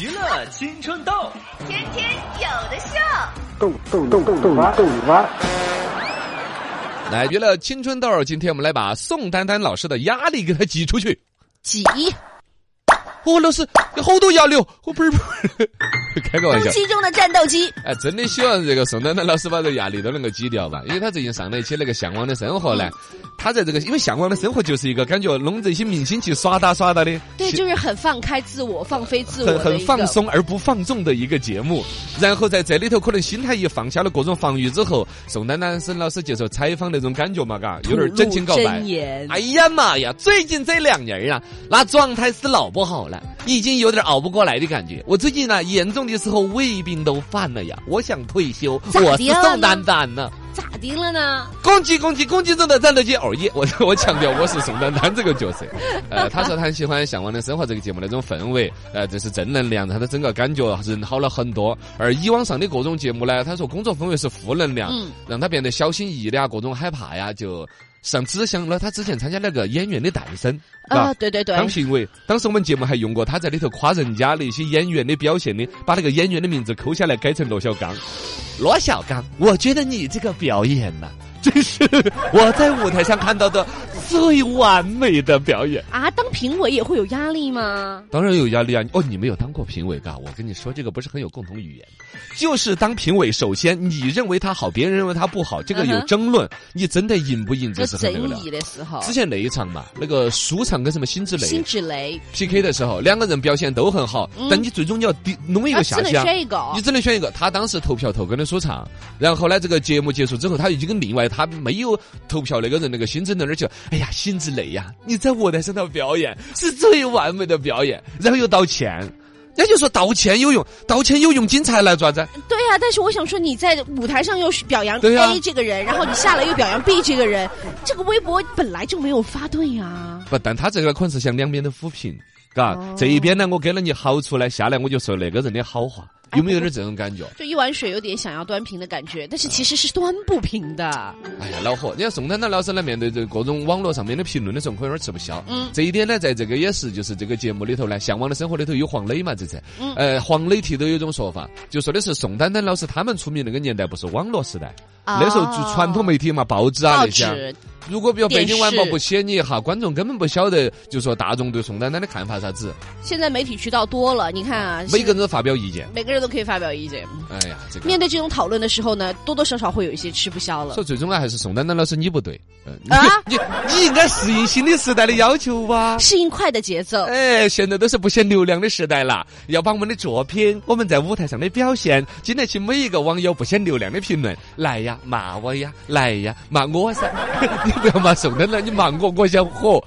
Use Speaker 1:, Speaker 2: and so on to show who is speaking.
Speaker 1: 娱乐青春痘，
Speaker 2: 天天有的秀。
Speaker 3: 逗逗逗逗你逗你玩儿，
Speaker 4: 来，娱乐青春痘，今天我们来把宋丹丹老师的压力给她挤出去。
Speaker 2: 挤，
Speaker 4: 哦，老师，有好多压力哦， 我不是不是， 开个玩笑
Speaker 2: 蒸。汽中的战斗机，
Speaker 4: 哎，真的希望这个宋丹丹老师把这压力都能够挤掉吧，因为她最近上了一期那个《向往的生活》呢，她在这个因为《向往的生活》就是一个感觉弄这些明星去耍打耍打的，
Speaker 5: 对，就是很放开自我、放飞自我
Speaker 4: 很
Speaker 5: 的
Speaker 4: 很
Speaker 5: 一个
Speaker 4: 放。松而不放纵的一个节目。然后在这里头，可能心态一放下了各种防御之后，宋丹丹沈老师接受采访那种感觉嘛，嘎，有点真情告
Speaker 5: 吐露
Speaker 4: 白
Speaker 5: 真。言
Speaker 4: 哎呀妈呀！最近这两年啊，那状态是老不好了，已经有点熬不过来的感觉。我最近呢，严重的时候胃病都犯了呀，我想退休，
Speaker 5: 咋的
Speaker 4: 我是
Speaker 5: 了
Speaker 4: 宋丹丹呢。
Speaker 5: 咋的了呢？
Speaker 4: 攻击攻击攻击中的战斗机哦耶！我 我强调我是宋丹丹这个 角色。呃，他说他很喜欢《向往的生活》这个节目那种氛围，呃，这是正能量，他的整个感觉人好了很多。而以往上的各种节目呢，他说工作氛围是负能量，
Speaker 5: 嗯
Speaker 4: 让他变得小心翼翼的啊，各种害怕呀，就上只想了他之前参加那个《演员的诞生》
Speaker 5: 啊，
Speaker 4: 啊。
Speaker 5: 对对对，
Speaker 4: 当评委，当时我们节目还用过他在里头夸人家那些演员的表现的，把那个演员的名字抠下来改成罗小刚。罗小刚，我觉得你这个表演呐、真是我在舞台上看到的最完美的表演。
Speaker 5: 啊，当评委也会有压力吗？
Speaker 4: 当然有压力啊！哦，你没有当过评委嘎？我跟你说，这个不是很有共同语言。就是当评委，首先你认为他好，别人认为他不好，这个有
Speaker 5: 嗯哼
Speaker 4: 争论，你真的赢不赢
Speaker 5: 有
Speaker 4: 这是很那个
Speaker 5: 争
Speaker 4: 的。
Speaker 5: 议的时候，
Speaker 4: 之前那一场嘛，那个舒畅跟什么辛芷蕾
Speaker 5: 辛芷蕾
Speaker 4: PK 的时候，两个人表现都很好，
Speaker 5: 嗯
Speaker 4: 但你最终你要丢弄一
Speaker 5: 啊，
Speaker 4: 个
Speaker 5: 只
Speaker 4: 下
Speaker 5: 能
Speaker 4: 去啊。
Speaker 5: 选一个。
Speaker 4: 你只能选一个，他当时投票投给了舒畅，然后呢，这个节目结束之后，他已经跟另外他没有投票那个人那个辛芷那儿去，哎呀，辛芷蕾呀，你在舞台上的表演是最完美的表演，然后又道歉，人家就说道歉有用，道歉有用，警察来抓子？
Speaker 5: 对呀、但是我想说，你在舞台上又是表扬
Speaker 4: 对呀
Speaker 5: A 这个人，然后你下来又表扬 B 这个人，这个微博本来就没有发对啊呀、
Speaker 4: 不，但他这个可能是向两边都抚平，嘎，
Speaker 5: 哦
Speaker 4: 这一边呢，我给了你好处呢，下来我就说那个人的好话，有没有点这种感觉？
Speaker 5: 就一碗水有点想要端平的感觉，但是其实是端不平的。
Speaker 4: 哎呀，恼火！你看宋丹丹老师呢，面对这各种网络上面的评论的时候，可能有点吃不消。
Speaker 5: 嗯
Speaker 4: 这一点呢，在这个也是就是这个节目里头呢，《向往的生活》里头有黄磊嘛，这次，
Speaker 5: 嗯
Speaker 4: 呃，黄磊提到有一种说法，就说的是宋丹丹老师他们出名那个年代不是网络时代，
Speaker 5: 啊
Speaker 4: 那时候就传统媒体嘛，报纸啊
Speaker 5: 报
Speaker 4: 那些啊。
Speaker 5: 纸
Speaker 4: 如果比如北京晚报
Speaker 5: 电视
Speaker 4: 不写你一下，观众根本不晓得，就说大众对宋丹丹的看法啥子，
Speaker 5: 现在媒体渠道多了，你看啊，
Speaker 4: 每个人都发表意见。
Speaker 5: 每个人都可以发表意见。
Speaker 4: 哎呀，这个。
Speaker 5: 面对这种讨论的时候呢，多多少少会有一些吃不消了
Speaker 4: 所。以最终啊，还是宋丹丹老师你不对，呃、
Speaker 5: 啊
Speaker 4: 你你你应该适应新的时代的要求 吧。
Speaker 5: 适应快的节奏，
Speaker 4: 哎，现在都是不限流量的时代了，要把我们的作品、我们在舞台上的表现，经得起每一个网友不限流量的评论。来 呀，骂我呀，来呀，骂我噻！你不要骂宋丹丹，你骂我，我想火。